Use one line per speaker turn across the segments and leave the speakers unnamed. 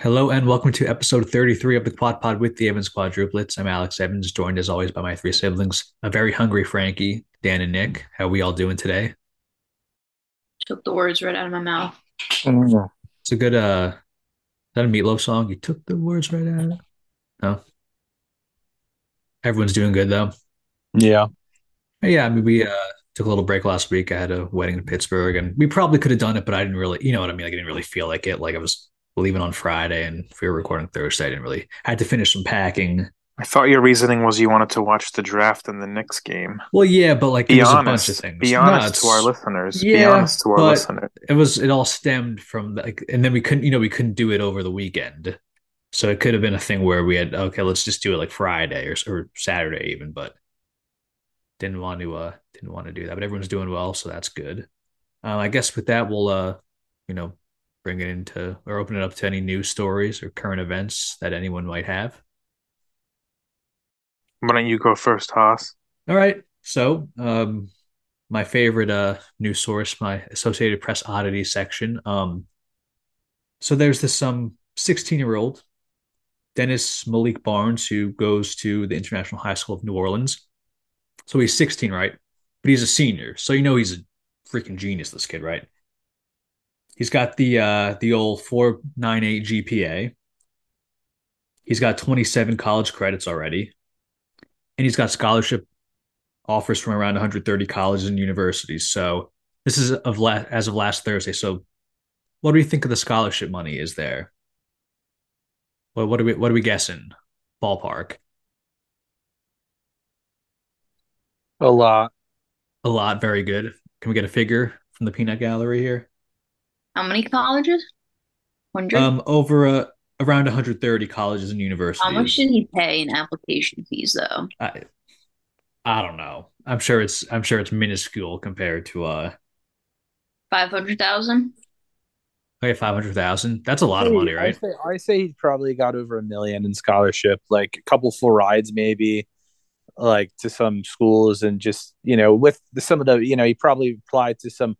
Hello and welcome to episode 33 of the Quad Pod with the Evans Quadruplets. I'm Alex Evans, joined as always by my three siblings, a very hungry Frankie, Dan, and Nick. How we all doing today?
Took the words right out of my mouth.
Mm-hmm.
It's a good uh is that a meatloaf song? You took the words right out. of- No. Everyone's doing good though.
Yeah.
But yeah, I mean we uh took a little break last week. I had a wedding in Pittsburgh and we probably could have done it, but I didn't really you know what I mean? Like I didn't really feel like it. Like I was leaving on Friday and if we were recording Thursday, I didn't really I had to finish some packing.
I thought your reasoning was you wanted to watch the draft in the Knicks game.
Well, yeah, but like
Be
there was
honest.
a bunch of things.
Be
No,
honest to
it's-
our listeners. Be
Yeah,
honest to our
but-
listeners.
It was it all stemmed from like, and then we couldn't, you know, we couldn't do it over the weekend, so it could have been a thing where we had okay, let's just do it like Friday or or Saturday even, but didn't want to uh didn't want to do that. But everyone's doing well, so that's good. Um, I guess with that we'll uh you know bring it into or open it up to any news stories or current events that anyone might have.
Why don't you go first, Haas?
All right. So, um, my favorite uh news source, my Associated Press oddity section. Um, so there's this um 16 year old Dennis Malik Barnes who goes to the International High School of New Orleans. So he's 16, right? But he's a senior, so you know he's a freaking genius. This kid, right? He's got the uh the old 4.98 GPA. He's got 27 college credits already, and he's got scholarship offers from around 130 colleges and universities. So this is of la- as of last Thursday. So what do we think of the scholarship money is there? What what are we what are we guessing? Ballpark.
A lot.
A lot, very good. Can we get a figure from the peanut gallery here?
How many colleges? Hundred.
Um over uh, around 130 colleges and universities.
How much did he pay in application fees though?
I, I don't know. I'm sure it's I'm sure it's minuscule compared to uh
Five hundred thousand.
okay 500,000. That's a lot of money, right?
I say, I say he probably got over a million in scholarship, like a couple full rides, maybe, like to some schools, and just you know, with the, some of the you know, he probably applied to some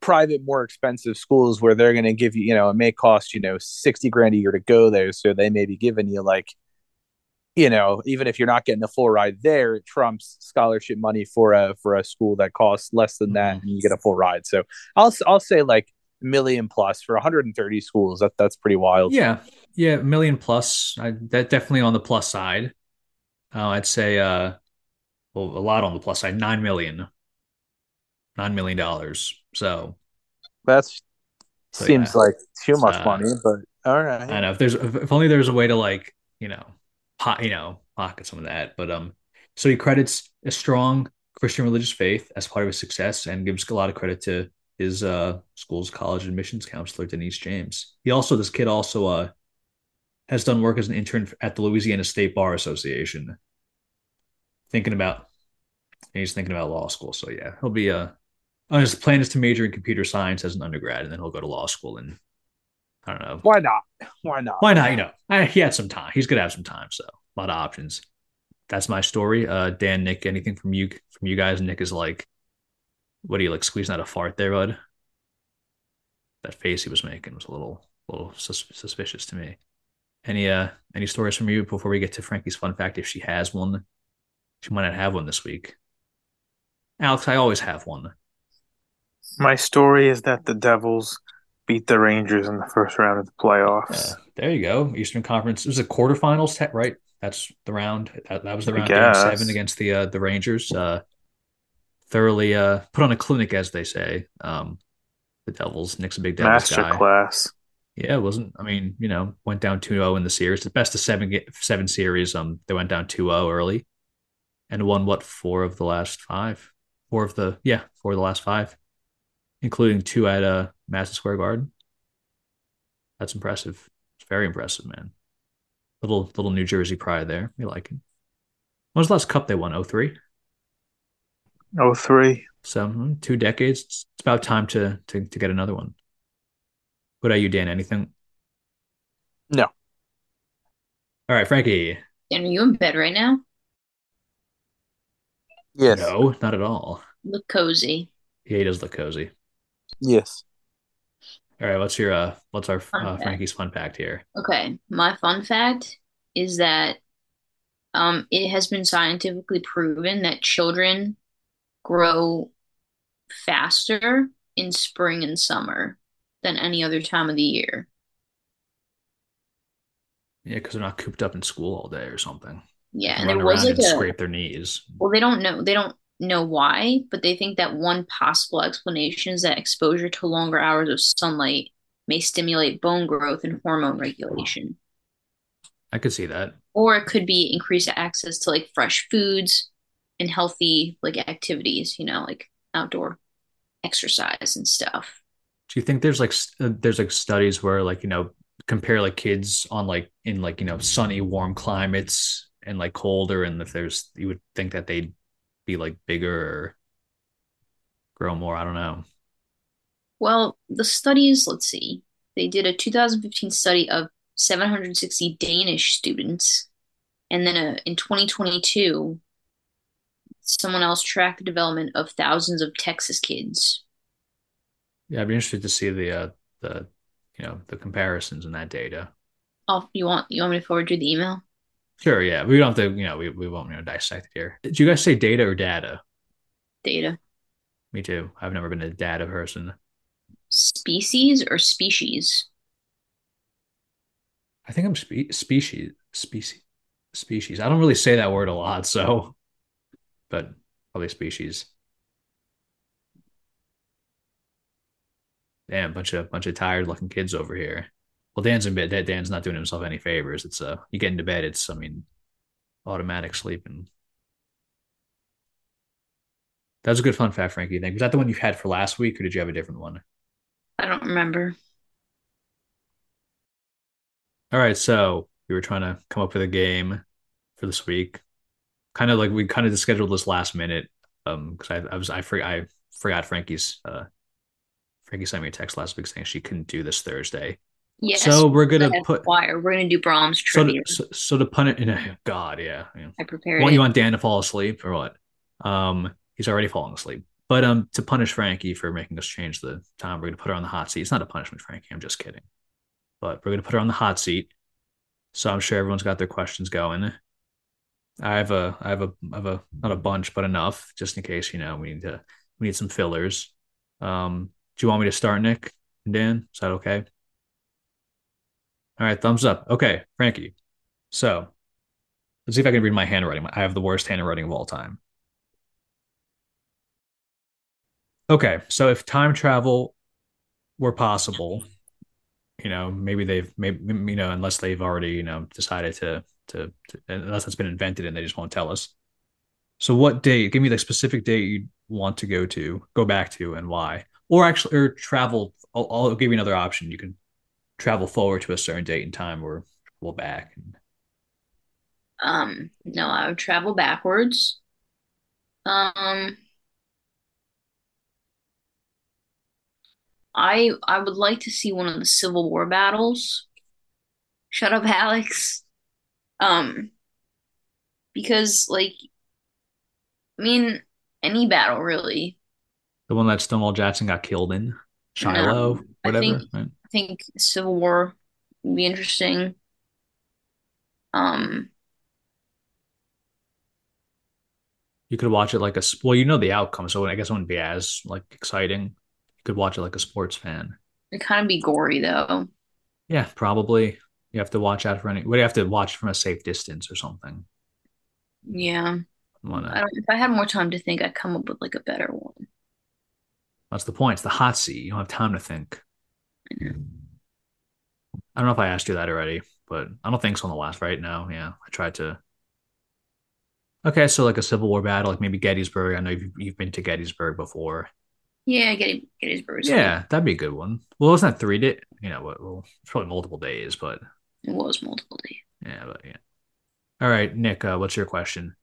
private, more expensive schools where they're going to give you, you know, it may cost you know sixty grand a year to go there, so they may be giving you like, you know, even if you're not getting a full ride there, it trumps scholarship money for a for a school that costs less than that,
Mm-hmm.
and you get a full ride. So I'll s- I'll say like million plus for 130 schools. That that's pretty wild.
Yeah, yeah, million plus. I, that definitely on the plus side. Uh, I'd say, uh, well, a lot on the plus side. Nine million, nine million dollars. So
That's
So,
seems
yeah.
like too much
Uh,
money, but all
I
right.
don't know if there's if if only there's a way to like you know, po- you know, pocket some of that. But um, so he credits a strong Christian religious faith as part of his success, and gives a lot of credit to his uh school's college admissions counselor Denise James. He also this kid also uh has done work as an intern at the Louisiana State Bar Association. Thinking about, and he's thinking about law school. So yeah, he'll be uh, oh, his plan is to major in computer science as an undergrad, and then he'll go to law school. And I don't know
Why not? Why not?
why not. You know, I, he had some time. He's gonna have some time. So a lot of options. That's my story. Uh, Dan, Nick, anything from you from you guys? Nick is like, what are you like squeezing out a fart there, bud? That face he was making was a little little sus- suspicious to me. Any uh any stories from you before we get to Frankie's fun fact? If she has one, she might not have one this week. Alex, I always have one.
My story is that the Devils beat the Rangers in the first round of the playoffs.
Uh, there you go. Eastern Conference. It was a quarterfinals, te- right? That's the round. That, that was the
I
round game
guess.
seven against the uh, the Rangers. Uh, thoroughly uh, put on a clinic, as they say. Um, the Devils. Nick's a big Devils guy.
Masterclass.
Yeah, it wasn't. I mean, you know, went down 2-0 in the series. The best of seven ga- seven series. Um, they went down 2-0 early, and won what four of the last five? Four of the yeah, four of the last five, including two at uh Madison Square Garden. That's impressive. It's very impressive, man. Little little New Jersey pride there. We like it. When was the last cup they won? 03?
Oh three.
So mm, two decades. It's it's about time to to to get another one. What about you, Dan? Anything?
No.
All right, Frankie.
And are you in bed right now?
Yes.
No, not at all.
Look cozy.
He does look cozy.
Yes.
All right, what's your uh, what's our
Fun
uh,
fact.
Frankie's fun fact here?
Okay, my fun fact is that um, it has been scientifically proven that children grow faster in spring and summer than any other time of the year.
Yeah, because they're not cooped up in school all day or something.
Yeah,
They
and
run
there was
around
like
and
a
scrape their knees.
well, they don't know they don't know why, but they think that one possible explanation is that exposure to longer hours of sunlight may stimulate bone growth and hormone regulation.
I could see that.
or it could be increased access to like fresh foods and healthy like activities you know like outdoor exercise and stuff
Do you think there's like st- uh, there's like studies where like you know compare like kids on like in like you know sunny warm climates and like colder and if there's you would think that they'd be like bigger or grow more. I don't know.
well the studies let's see they did a 2015 study of 760 danish students and then uh in 2022 someone else tracked the development of thousands of texas kids
Yeah, I'd be interested to see the uh the you know the comparisons in that data.
oh you want you want me to forward you the email
Sure, yeah. We don't have to, you know, we, we won't, you know, dissect it here. Did you guys say data or data?
data
Me too. I've never been a data person.
species or species
I think I'm spe- species, species, species. I don't really say that word a lot, so, but probably species. Damn, bunch of bunch of tired looking kids over here. Well, Dan's in bed. Dan's not doing himself any favors. It's uh, you get into bed. It's I mean, automatic sleeping. That was a good fun fact, Frankie. Thank. Was that the one you had for last week, or did you have a different one?
i don't remember
All right, so we were trying to come up with a game for this week. Kind of like we kind of just scheduled this last minute um because I, I was I for, I forgot Frankie's uh Frankie sent me a text last week saying she couldn't do this Thursday.
yes
So we're gonna
That's
put
why We're gonna do Brahms
so
trivia.
to, so, so to pun it in a God, yeah. yeah.
I prepared
What
it.
you want Dan to fall asleep or what? Um, he's already falling asleep. But um, to punish Frankie for making us change the time, we're gonna put her on the hot seat. It's not a punishment, Frankie. I'm just kidding. But we're gonna put her on the hot seat. So I'm sure everyone's got their questions going. I have a, I have a, I have a, not a bunch, but enough, just in case you know we need to, we need some fillers. Um, do you want me to start, Nick and Dan? Is that okay? All right, thumbs up. Okay, Frankie. So Let's see if I can read my handwriting. I have the worst handwriting of all time. Okay, so if time travel were possible, you know, maybe they've, maybe you know, unless they've already, you know, decided to, to, to unless it's been invented and they just won't tell us. So, what date? Give me the specific date you want to go to, go back to, and why. Or actually, or travel. I'll, I'll give you another option. You can travel forward to a certain date in time, or travel back.
Um, no, I would travel backwards. Um, I I would like to see one of the Civil War battles. Shut up, Alex. Um, because like, I mean, any battle really.
The one that Stonewall Jackson got killed in, Shiloh,
No, Um, I
whatever.
think-
right?
I think Civil War would be interesting. Um,
You could watch it like a s- well, you know the outcome, so I guess it wouldn't be as like exciting. You could watch it like a sports fan.
it'd kind of be gory though.
Yeah, probably. You have to watch out for any. Well, you have to watch from a safe distance or something.
Yeah. I
Wanna,
don't, if I had more time to think, I'd come up with like a better one.
that's the point. It's the hot seat. You don't have time to think. I don't know if I asked you that already, but I don't think so on the last right now. Yeah, I tried to. Okay, so like a Civil War battle, like maybe Gettysburg. I know you've, you've been to Gettysburg before.
Yeah, Getty, Gettysburg. is
Yeah, that'd be a good one. Well, it's not three days. You know, what? well, it's probably multiple days, but
fun. It was multiple days.
yeah, but yeah. All right, Nick, uh, what's your question?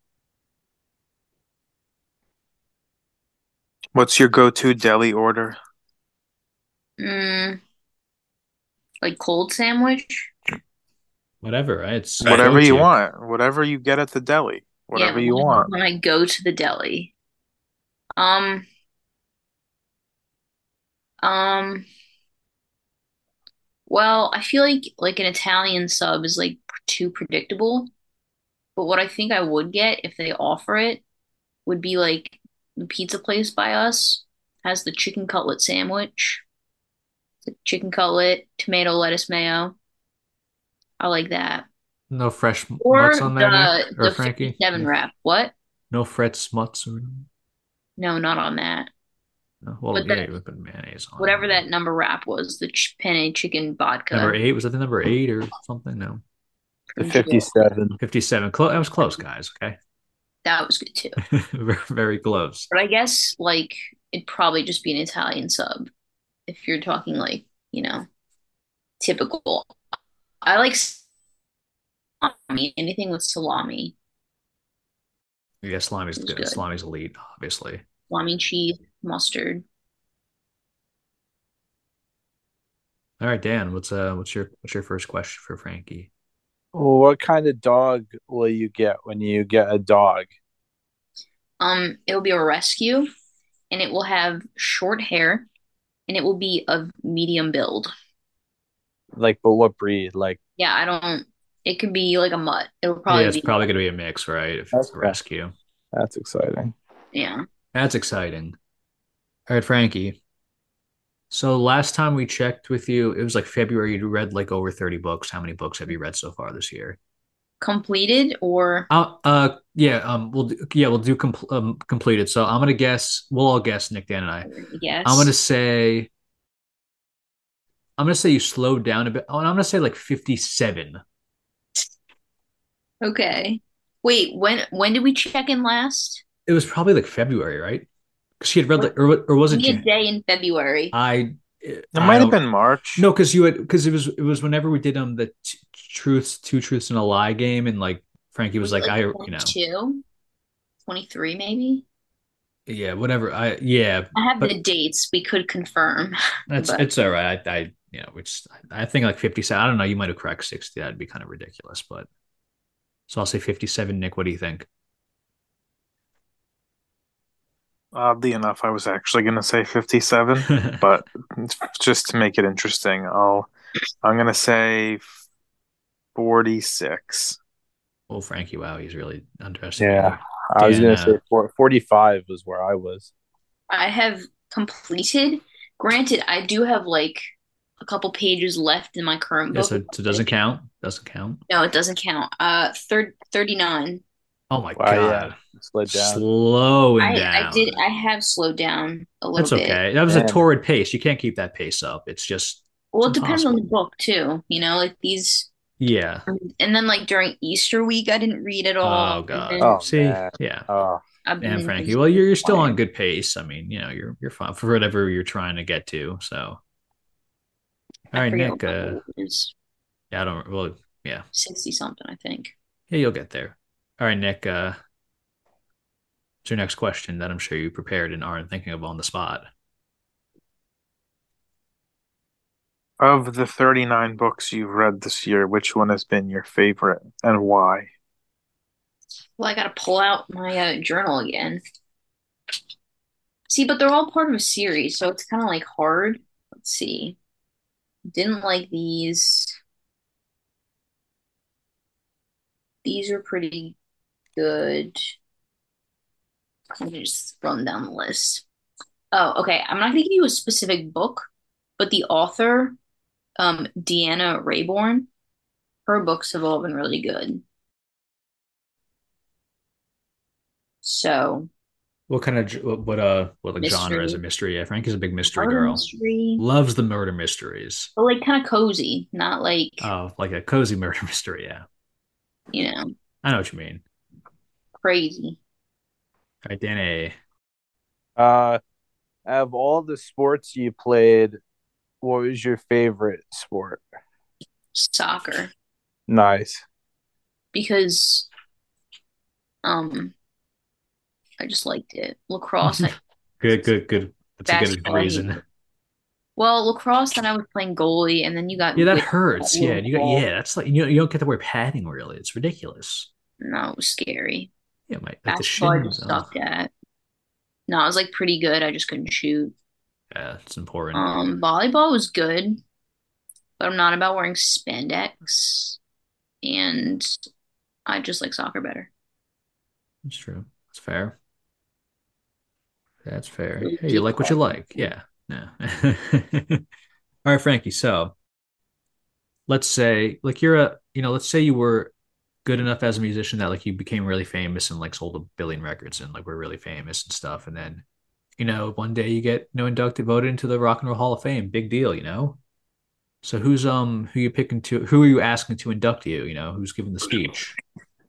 What's your go-to deli order?
Mm, like cold sandwich.
Whatever, right? It's
Right.
Whatever you
go-to.
want, whatever you get at the deli, whatever
Yeah,
you
when I-
want.
When I go to the deli. Um, um, Well, I feel like like an Italian sub is like too predictable. But what I think I would get if they offer it would be like the pizza place by us has the chicken cutlet sandwich. It's like chicken cutlet, tomato, lettuce, mayo. I like that.
No fresh
Or
mutts on there,
the
Nick? or
the
Frankie?
57 wrap. What?
No Fred Smuts or anything?
No, not on that.
No. Well,
But
yeah,
that-
you would put mayonnaise on.
Whatever that uh, number wrap was, the ch- penne chicken vodka.
Number eight was that the number eight or something? No,
The
Crunchy.
57.
fifty-seven. Close. That was close, guys. Okay,
That was good too.
Very- very close.
But I guess like it'd probably just be an Italian sub if you're talking like, you know, typical. I like salami, anything with salami,
Yeah, salami's
It was
good.
good.
Salami's elite, obviously.
salami cheese, mustard.
All right, Dan. What's uh, what's your what's your first question for Frankie?
Well, what kind of dog will you get when you get a dog?
Um, it'll be a rescue and it will have short hair and it will be of medium build.
Like, but what breed? Like,
Yeah, I don't it could be like a mutt. It'll
Yeah,
probably
it's
be
probably gonna be a mix, right? If it's a
Okay.
rescue,
that's exciting.
yeah.
that's exciting. All right, Frankie. So last time we checked with you, it was like February. You read like over thirty books. How many books have you read so far this year?
Completed or
Uh, uh, yeah, um, we'll do, yeah, we'll do compl- um, completed. So I'm gonna guess. We'll all guess, Nick, Dan, and I.
yes.
I'm gonna say. I'm gonna say you slowed down a bit. Oh, and I'm gonna say like 57.
Okay. Wait, when when did we check in last?
It was probably like February, right? Because she had read like, or or was it?
Give me
Jan-
a day in February.
I.
It might have
been.
been March.
No, because you had because it was it was whenever we did um the t- truths, two truths and a lie game, and like Frankie was like, I you know
22, 23 maybe.
yeah whatever I yeah
I have
But-
the dates. We could confirm.
that's
But-
it's all right I, I you know which I think like fifty seven I don't know you might have cracked sixty that'd be kind of ridiculous but so I'll say fifty seven Nick what do you think
Oddly enough, I was actually going to say 57, but just to make it interesting, I'll I'm going to say 46.
well Oh, Frankie wow he's really underestimating
Yeah. I was
Yeah,
going
no.
to say four, 45 was where I was.
I have completed. Granted, I do have like a couple pages left in my current
yeah,
book.
so, so it doesn't count doesn't count
No, it doesn't count. Uh, third, 39.
oh my
Wow,
god
Slid down.
slowing
I,
down
I did. I have slowed down a little
that's
bit.
okay that was a
Yeah.
torrid pace you can't keep that pace up it's just
Well, it
It's
depends on the
impossible.
book too. You know, like these.
yeah.
Um, And then like during Easter week, I didn't read at all.
Oh god.
And then
Oh,
See,
man.
yeah.
Oh,
I've
And
been
Frankie, well, you're you're still
quiet.
on good pace. I mean, you know, you're you're fine for whatever you're trying to get to. So, all
I
right,
forget
Nick.
what my
Uh,
goal is.
yeah, I don't. Well,
sixty something, I think.
yeah, you'll get there. All right, Nick. Uh, what's your next question that I'm sure you prepared and aren't thinking of on the spot?
Of the 39 books you've read this year, which one has been your favorite and why?
Well, I gotta pull out my uh, journal again. See, but they're all part of a series, so it's kind of like hard. Let's see. Didn't like these. These are pretty good. Let me just run down the list. Oh, okay. I'm not gonna give you a specific book, but the author, um, Deanna Rayborn, her books have all been really good. So,
What kind of what, what uh what like genre is a
Mystery.
mystery? Yeah, Frankie's a big mystery
murder
girl.
mystery,
Loves the murder mysteries.
but like kind of cozy, not like
Oh, like a cozy murder mystery. Yeah,
you know
I know what you mean.
crazy.
All right, Danny.
uh, of all the sports you played, what was your favorite sport?
soccer
Nice.
because um I just liked it. Lacrosse. I,
Good, good, good. That's a good
Basketball.
reason.
well, lacrosse. Then I was playing goalie, and then you got
Yeah, that
whipped.
hurts.
little
Yeah, and you got
ball.
yeah. That's like you know, you don't get to wear padding really. It's ridiculous.
No, it was scary.
Yeah, my like the
Basketball. I
shins.
just
Oh,
sucked at. No, I was like pretty good. I just couldn't shoot.
Uh, yeah, it's important.
Um, volleyball was good. but I'm not about wearing spandex. And I just like soccer better.
That's true. That's fair. That's fair. Hey, you like what you like. Yeah. No. All right, Frankie. So let's say, like, you're a, you know, let's say you were good enough as a musician that, like, you became really famous and, like, sold a billion records and, like, were really famous and stuff. And then, you know, one day you get, you know, inducted, voted into the Rock and Roll Hall of Fame. Big deal, you know? So who's, um, who you picking to, who are you asking to induct you? You know, who's giving the speech?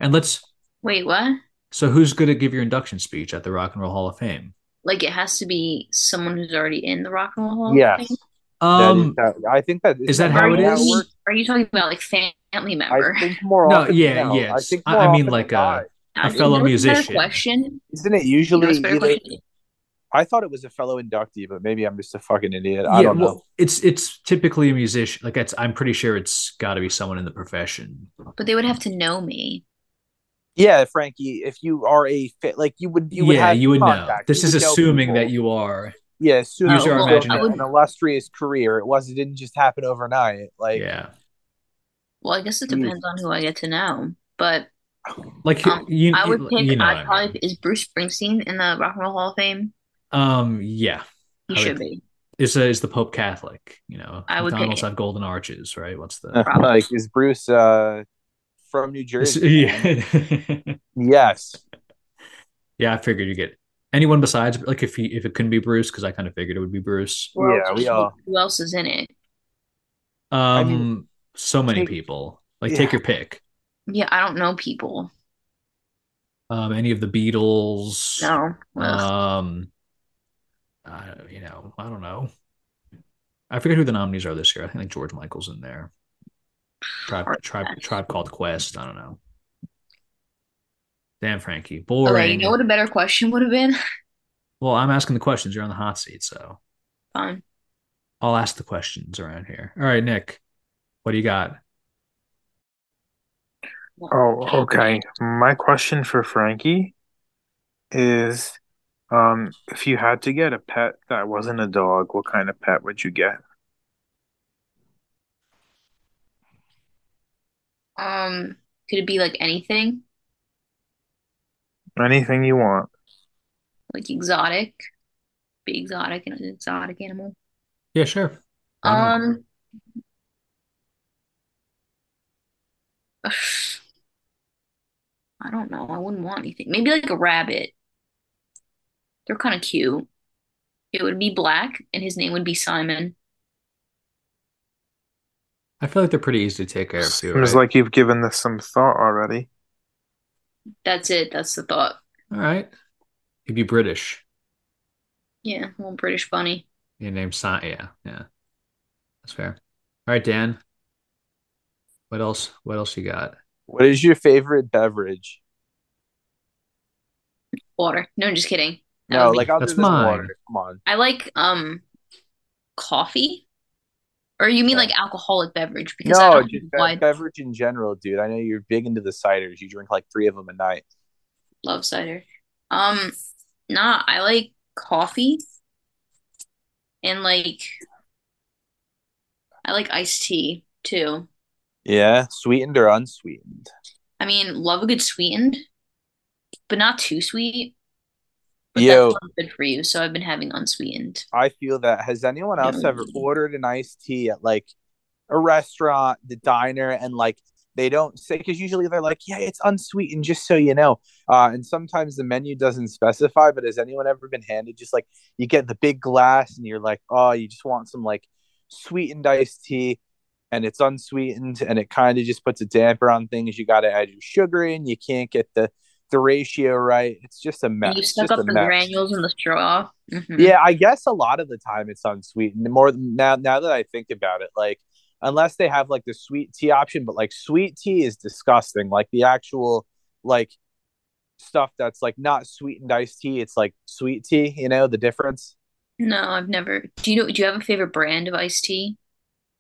And let's,
Wait, what?
so who's going to give your induction speech at the Rock and Roll Hall of Fame?
Like it has to be someone who's already in the Rock and Roll Hall. of
Yes.
Fame?
That is
Um,
how- I think that
is that how
Are
it
you-
is?
works?
Are you talking about like family member?
I think more
No,
often.
yeah,
no, I
yes.
think
I-
more
I mean,
often than
like, uh,
not.
a
Uh,
fellow
you know what's a better
musician.
Question.
isn't it
You know
usually?
what's a better
either-
question?
I thought it was a fellow inductee, but maybe I'm just a fucking idiot. I don't know.
well, it's it's typically a musician. Like it's, I'm pretty sure it's got to be someone in the profession.
But they would have to know me.
yeah, Frankie, if you are a fit, like you would, you would
yeah,
have
you would know.
contact.
This
You
is
would know
assuming that
people.
you are.
yeah, assuming
Use your
you
imagination.
built an illustrious career. It was, it didn't just happen overnight. Like,
yeah,
Well, I guess it
Mm.
depends on who I get to know. But
like
Um,
you,
I would
you,
pick.
you know.
I'd
what I
probably is Bruce Springsteen in the Rock and Roll Hall of Fame?
mean. Um, yeah,
He
I would-
should be.
is uh, is the Pope Catholic? You know,
I would pick
McDonald's
him.
have golden arches, right? What's the
Probably.
like is Bruce uh, from New Jersey?
yeah.
Yes.
yeah, I figured you get anyone besides like if he if it couldn't be Bruce because I kind of figured it would be Bruce.
Who
Yeah,
else-
we all-
Who else is in it?
Um,
mean,
so many
take-
people. Like,
yeah.
take your pick.
Yeah, I don't know people.
Um, any of the Beatles.
No. Ugh.
Um, I, you know, I don't know. I forget who the nominees are this year. I think like George Michael's in there. Tribe,
Hard
tribe,
pass.
tribe called Quest. I don't know. Damn, Frankie,
okay,
boring.
Oh, you know what a better question would have been?
well, I'm asking the questions. You're on the hot seat, so
Fine.
I'll ask the questions around here. All right, Nick, what do you got?
Oh, okay. My question for Frankie is um, if you had to get a pet that wasn't a dog, what kind of pet would you get?
Um, could it be like anything?
Anything you want.
Like exotic? Be exotic and an exotic animal.
Yeah, sure. Why not?
Um, Um, I don't know. I wouldn't want anything. Maybe like a rabbit. They're kind of cute. It would be black, and his name would be Simon.
I feel like they're pretty easy to take care of too.
Seems
right?
like you've given this some thought already.
That's it. That's the thought.
All right, he'd be British.
Yeah, well, British bunny.
Your name's Sa- yeah, yeah. That's fair. All right, Dan. What else? What else you got?
What is your favorite beverage?
Water. No, I'm just kidding. That
No,
would be-
like I'll
That's
do this
mine.
water. Come on.
I like um coffee. Or you mean
Yeah.
like alcoholic beverage? Because I
No,
don't
just
know why I
be- beverage in general, dude. I know you're big into the ciders. You drink like three of them a night.
love cider. Um, nah, I like coffee and like I like iced tea too.
Yeah, sweetened or unsweetened.
I mean, love a good sweetened, but not too sweet. But
Yo.
that's not good for you, so I've been having unsweetened.
I feel that. Has anyone else ever
Mm.
ordered an iced tea at like a restaurant, the diner, and like they don't say because usually they're like, yeah, it's unsweetened, just so you know. Uh, and sometimes the menu doesn't specify. But has anyone ever been handed just like you get the big glass and you're like, oh, you just want some like sweetened iced tea. And it's unsweetened, and it kind of just puts a damper on things. You got to add your sugar in. You can't get the the ratio right. It's just a mess.
And you
It's
suck
just
up
a
the
mess.
granules in the straw. Mhm.
Yeah, I guess a lot of the time it's unsweetened. More than- now, now that I think about it, like unless they have like the sweet tea option, but like sweet tea is disgusting. Like the actual like stuff that's like not sweetened iced tea, it's like sweet tea. You know the difference?
No, I've never. Do you know, do you have a favorite brand of iced tea?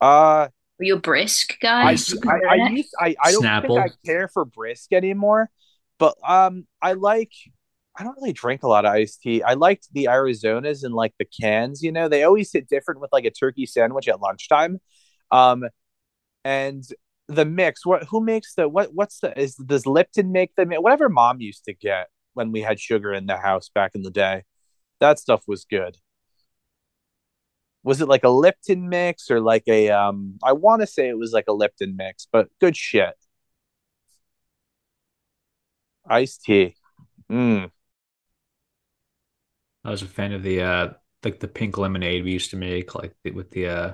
Uh,
Are you a brisk guy?
I
Ice-
I, I,
Yeah.
used, I, I don't
Snapple.
think I care for brisk anymore, but um, I like. I don't really drink a lot of iced tea. I liked the Arizonas and like the cans. You know, they always hit different with like a turkey sandwich at lunchtime. Um, and the mix. What who makes the what? What's the is does Lipton make the mi- whatever mom used to get when we had sugar in the house back in the day? That stuff was good. Was it like a Lipton mix or like a um? I want to say it was like a Lipton mix, but good shit. Iced tea. Mm.
I was a fan of the uh like the pink lemonade we used to make, like the, with the uh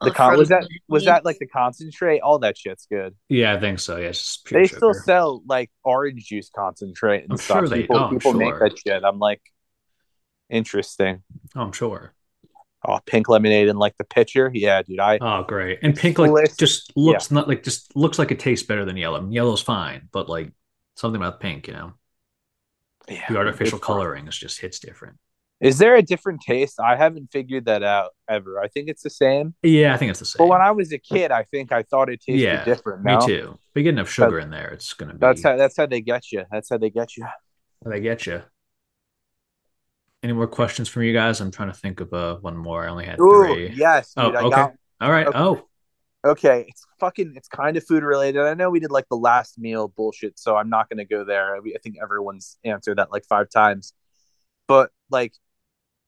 Oh,
The con- was that was that like the concentrate? All that shit's good.
yeah, I think so. Yeah, it's just pure
They
sugar.
still sell like orange juice concentrate and
I'm
stuff.
sure they-
people
oh, I'm
people make
sure.
that shit. I'm like, interesting.
oh, I'm sure.
Oh, pink lemonade and like the pitcher. Yeah, dude. I
Oh, great. And pink like
Bliss.
just looks not like just looks like it tastes better than yellow. Yellow's fine, but like something about pink, you know,
yeah,
the artificial
it's fine.
coloring is just hits different.
Is there a different taste? I haven't figured that out ever. I think it's the same.
Yeah, I think it's the
But
same.
when I was a kid, I think I thought it tasted
Yeah,
different.
Me
no?
too. But you get enough sugar in there, it's gonna be
That's how that's how they get you. That's how they get you.
they get you. Any more questions from you guys? I'm trying to think of uh, one more. I only had
Ooh,
three.
yes, dude.
Oh,
I
okay.
got
All right.
Okay.
Oh,
Okay, it's fucking. It's kind of food related. I know we did like the last meal bullshit, so I'm not gonna go there. I, I think everyone's answered that like five times. But like,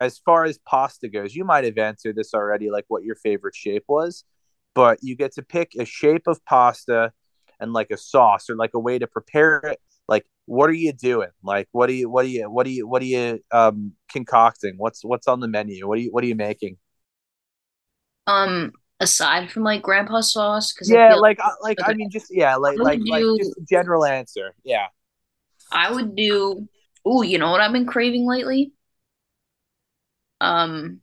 as far as pasta goes, you might have answered this already, like what your favorite shape was. But you get to pick a shape of pasta and like a sauce or like a way to prepare it. Like, what are you doing? Like, what do you, what do you, what do you, what do you um concocting? What's what's on the menu? What are you, what are you making?
Um, aside from like grandpa sauce, because
yeah like I- like i
okay.
mean just yeah like
would
like like
you-
just a general answer yeah
I would do. Ooh, you know what I've been craving lately? Um,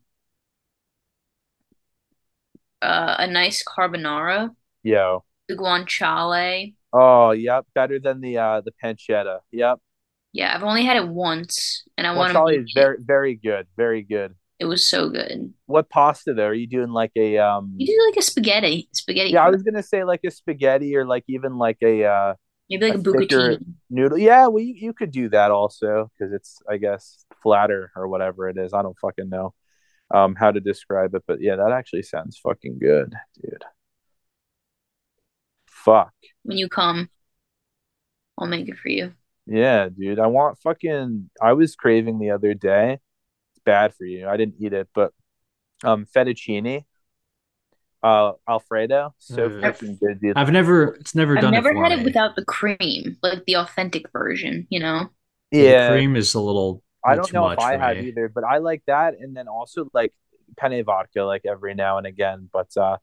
uh, a nice carbonara,
yo
the guanciale.
oh yep better than the uh the pancetta yep
Yeah, I've only had it once, and I want
guanciale
to.
is very very good very good
It was so good.
what pasta though are you doing like a um
You do like a spaghetti, spaghetti,
yeah i was gonna say like a spaghetti or like even like a uh
maybe like
a
a
thicker-
bucatini.
noodle yeah well you, you could do that also because it's i guess flatter or whatever it is i don't fucking know um how to describe it but yeah that actually sounds fucking good dude fuck
When you come, I'll make it for you.
Yeah, dude. I want fucking. I was craving the other day. It's bad for you. I didn't eat it, but um, fettuccine, uh, Alfredo, so
Mm.
fucking good, dude.
I've never. It's never
I've
done it
never
for
had
me.
it without the cream, like the authentic version, you know?
The
Yeah,
cream is a little.
I
little
don't
too
know if
much
I
for
have
me.
either, but I like that, and then also like penne vodka, like every now and again. But uh,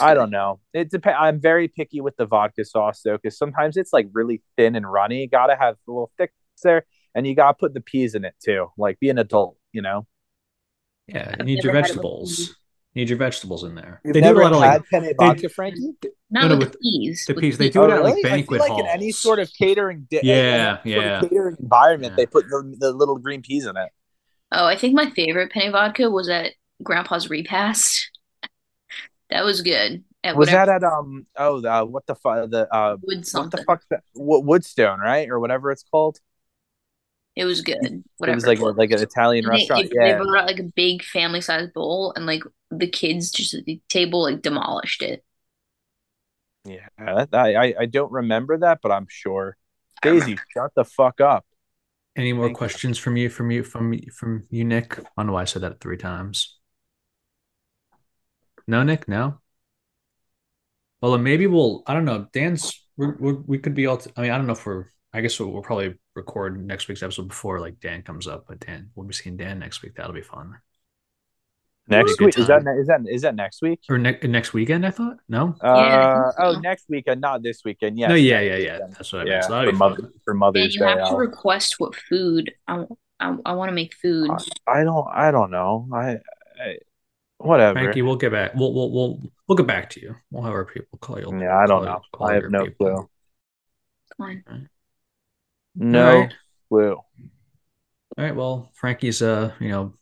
I don't know. It depends. I'm very picky with the vodka sauce though, because sometimes it's like really thin and runny. Gotta have a little thick there, and you gotta put the peas in it too. Like be an adult, you know.
Yeah, you
I've
need your
never had it with
vegetables.
cheese.
You need your vegetables in there.
You've
they do
never
a lot of like
had penne vodka, Frankie?
Not
No, no,
with
with-
the peas.
the
with
peas. They
the-
do it at like
I feel
banquet
Oh, like in any
halls.
sort of catering, di-
Yeah,
any sort of
yeah.
catering environment,
Yeah.
they put the, the little green peas in it.
Oh, I think my favorite penny vodka was at Grandpa's repast. That was good. At
Was
whatever
that at um? Oh, the, uh, what the fuck? The uh,
wood
what the
something.
fuck's that? Wo- Woodstone, right, or whatever it's called.
It was good. Whatever.
It was like a- like an Italian
And they,
restaurant.
they- they
yeah,
brought out like a big family sized bowl and like the kids just at the table like demolished it.
yeah. That, I I- I don't remember that, but I'm sure.
I don't
Daisy, shut the fuck up.
Any more
Thank you.
questions from you? From you? From from you, Nick? I don't know why I said that three times. No, Nick. No. Well, then maybe we'll. I don't know. Dan's. We're, we're, we could be all. T- I mean, I don't know if we're. I guess we'll, we'll probably record next week's episode before like Dan comes up. But Dan, we'll be seeing Dan next week. That'll be fun.
Next
Good
week is that
time.
ne- is that is that next week?
Or ne- next weekend? I thought. No.
Uh,
Yeah, I think
oh,
so.
next weekend, not this weekend. Yes.
no. Yeah.
next
Yeah. Yeah.
weekend.
That's what I meant.
Yeah,
So
for,
that'll be
mother,
fun.
for Mother's
And you
Day.
have to
I'll-
request what food. I, I, I want to make food.
I don't I don't know. I, I whatever.
Frankie, we'll get back. We'll we'll we'll we'll get back to you. We'll have our people call you.
yeah,
call
I don't
you-
know.
call
I have
your
no
people.
clue.
Fine.
All
No
right.
clue.
All right. Well, Frankie's uh, you know,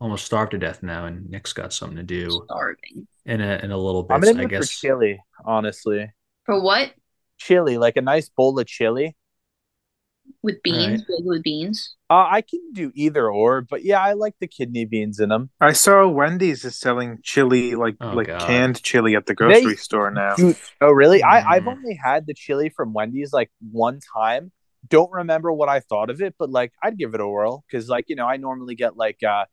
almost starved to death now, and Nick's got something to do
Starving.
in a in a little bit.
I'm gonna
I
go for
guess.
chili, honestly.
For what?
Chili, like a nice bowl of chili.
with beans, filled with beans.
Uh, I can do either or, but yeah, I like the kidney beans in them.
I saw Wendy's is selling chili, like
Oh,
like
God.
canned chili at the grocery
They-
store now.
Dude, oh really? I, I've
Mm.
only had the chili from Wendy's like one time. Don't remember what I thought of it, but like I'd give it a whirl because like you know I normally get like uh,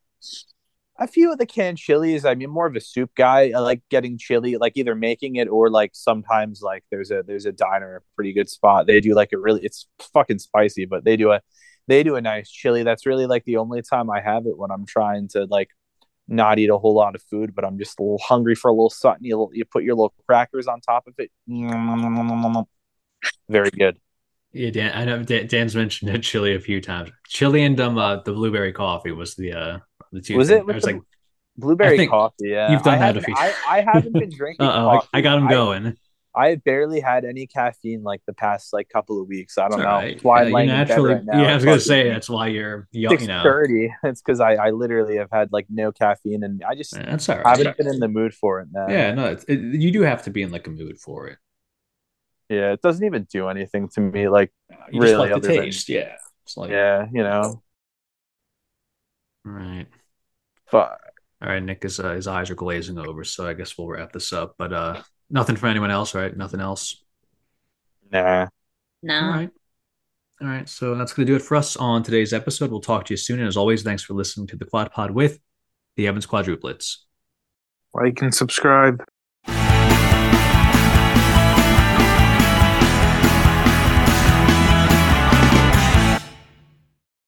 a few of the canned chilies. I mean, more of a soup guy. I like getting chili, like either making it or like sometimes like there's a there's a diner, a pretty good spot. They do like a really it's fucking spicy, but they do a they do a nice chili. That's really like the only time I have it when I'm trying to like not eat a whole lot of food, but I'm just a little hungry for a little something. You, you put your little crackers on top of it. Very good.
Yeah, Dan, I know Dan, Dan's mentioned that chili a few times. Chili and um, uh, the blueberry coffee was the uh the two.
Was
thing.
it
I
with
was
the-
like, I
Blueberry
think
coffee. Yeah,
you've done
I
that a
haven't-
few-
I, I haven't been drinking.
uh oh,
coffee.
I, I got him going.
I have barely had any caffeine like the past like couple of weeks. I
It's
don't know.
all right.
That's why
Yeah,
I'm
you
laying in bed
naturally.
right now.
yeah, I was gonna say
Fucking
that's why you're young. You know,
6:30. It's because I, I literally have had like no caffeine and I just
Yeah, that's all right.
haven't been in the mood for it, man.
Yeah, no, it's, it, you do have to be in like a mood for it.
Yeah, it doesn't even do anything to me. Like,
You
Really,
just like the
other than-
taste. Yeah, it's like
yeah, you know,
right.
fuck.
All right, Nick, his, uh, his eyes are glazing over, so I guess we'll wrap this up. But uh, nothing from anyone else, right? Nothing else.
Nah.
All
Nah.
right. All right. So that's going to do it for us on today's episode. We'll talk to you soon. And as always, thanks for listening to the Quad Pod with the Evans Quadruplets.
Like and subscribe.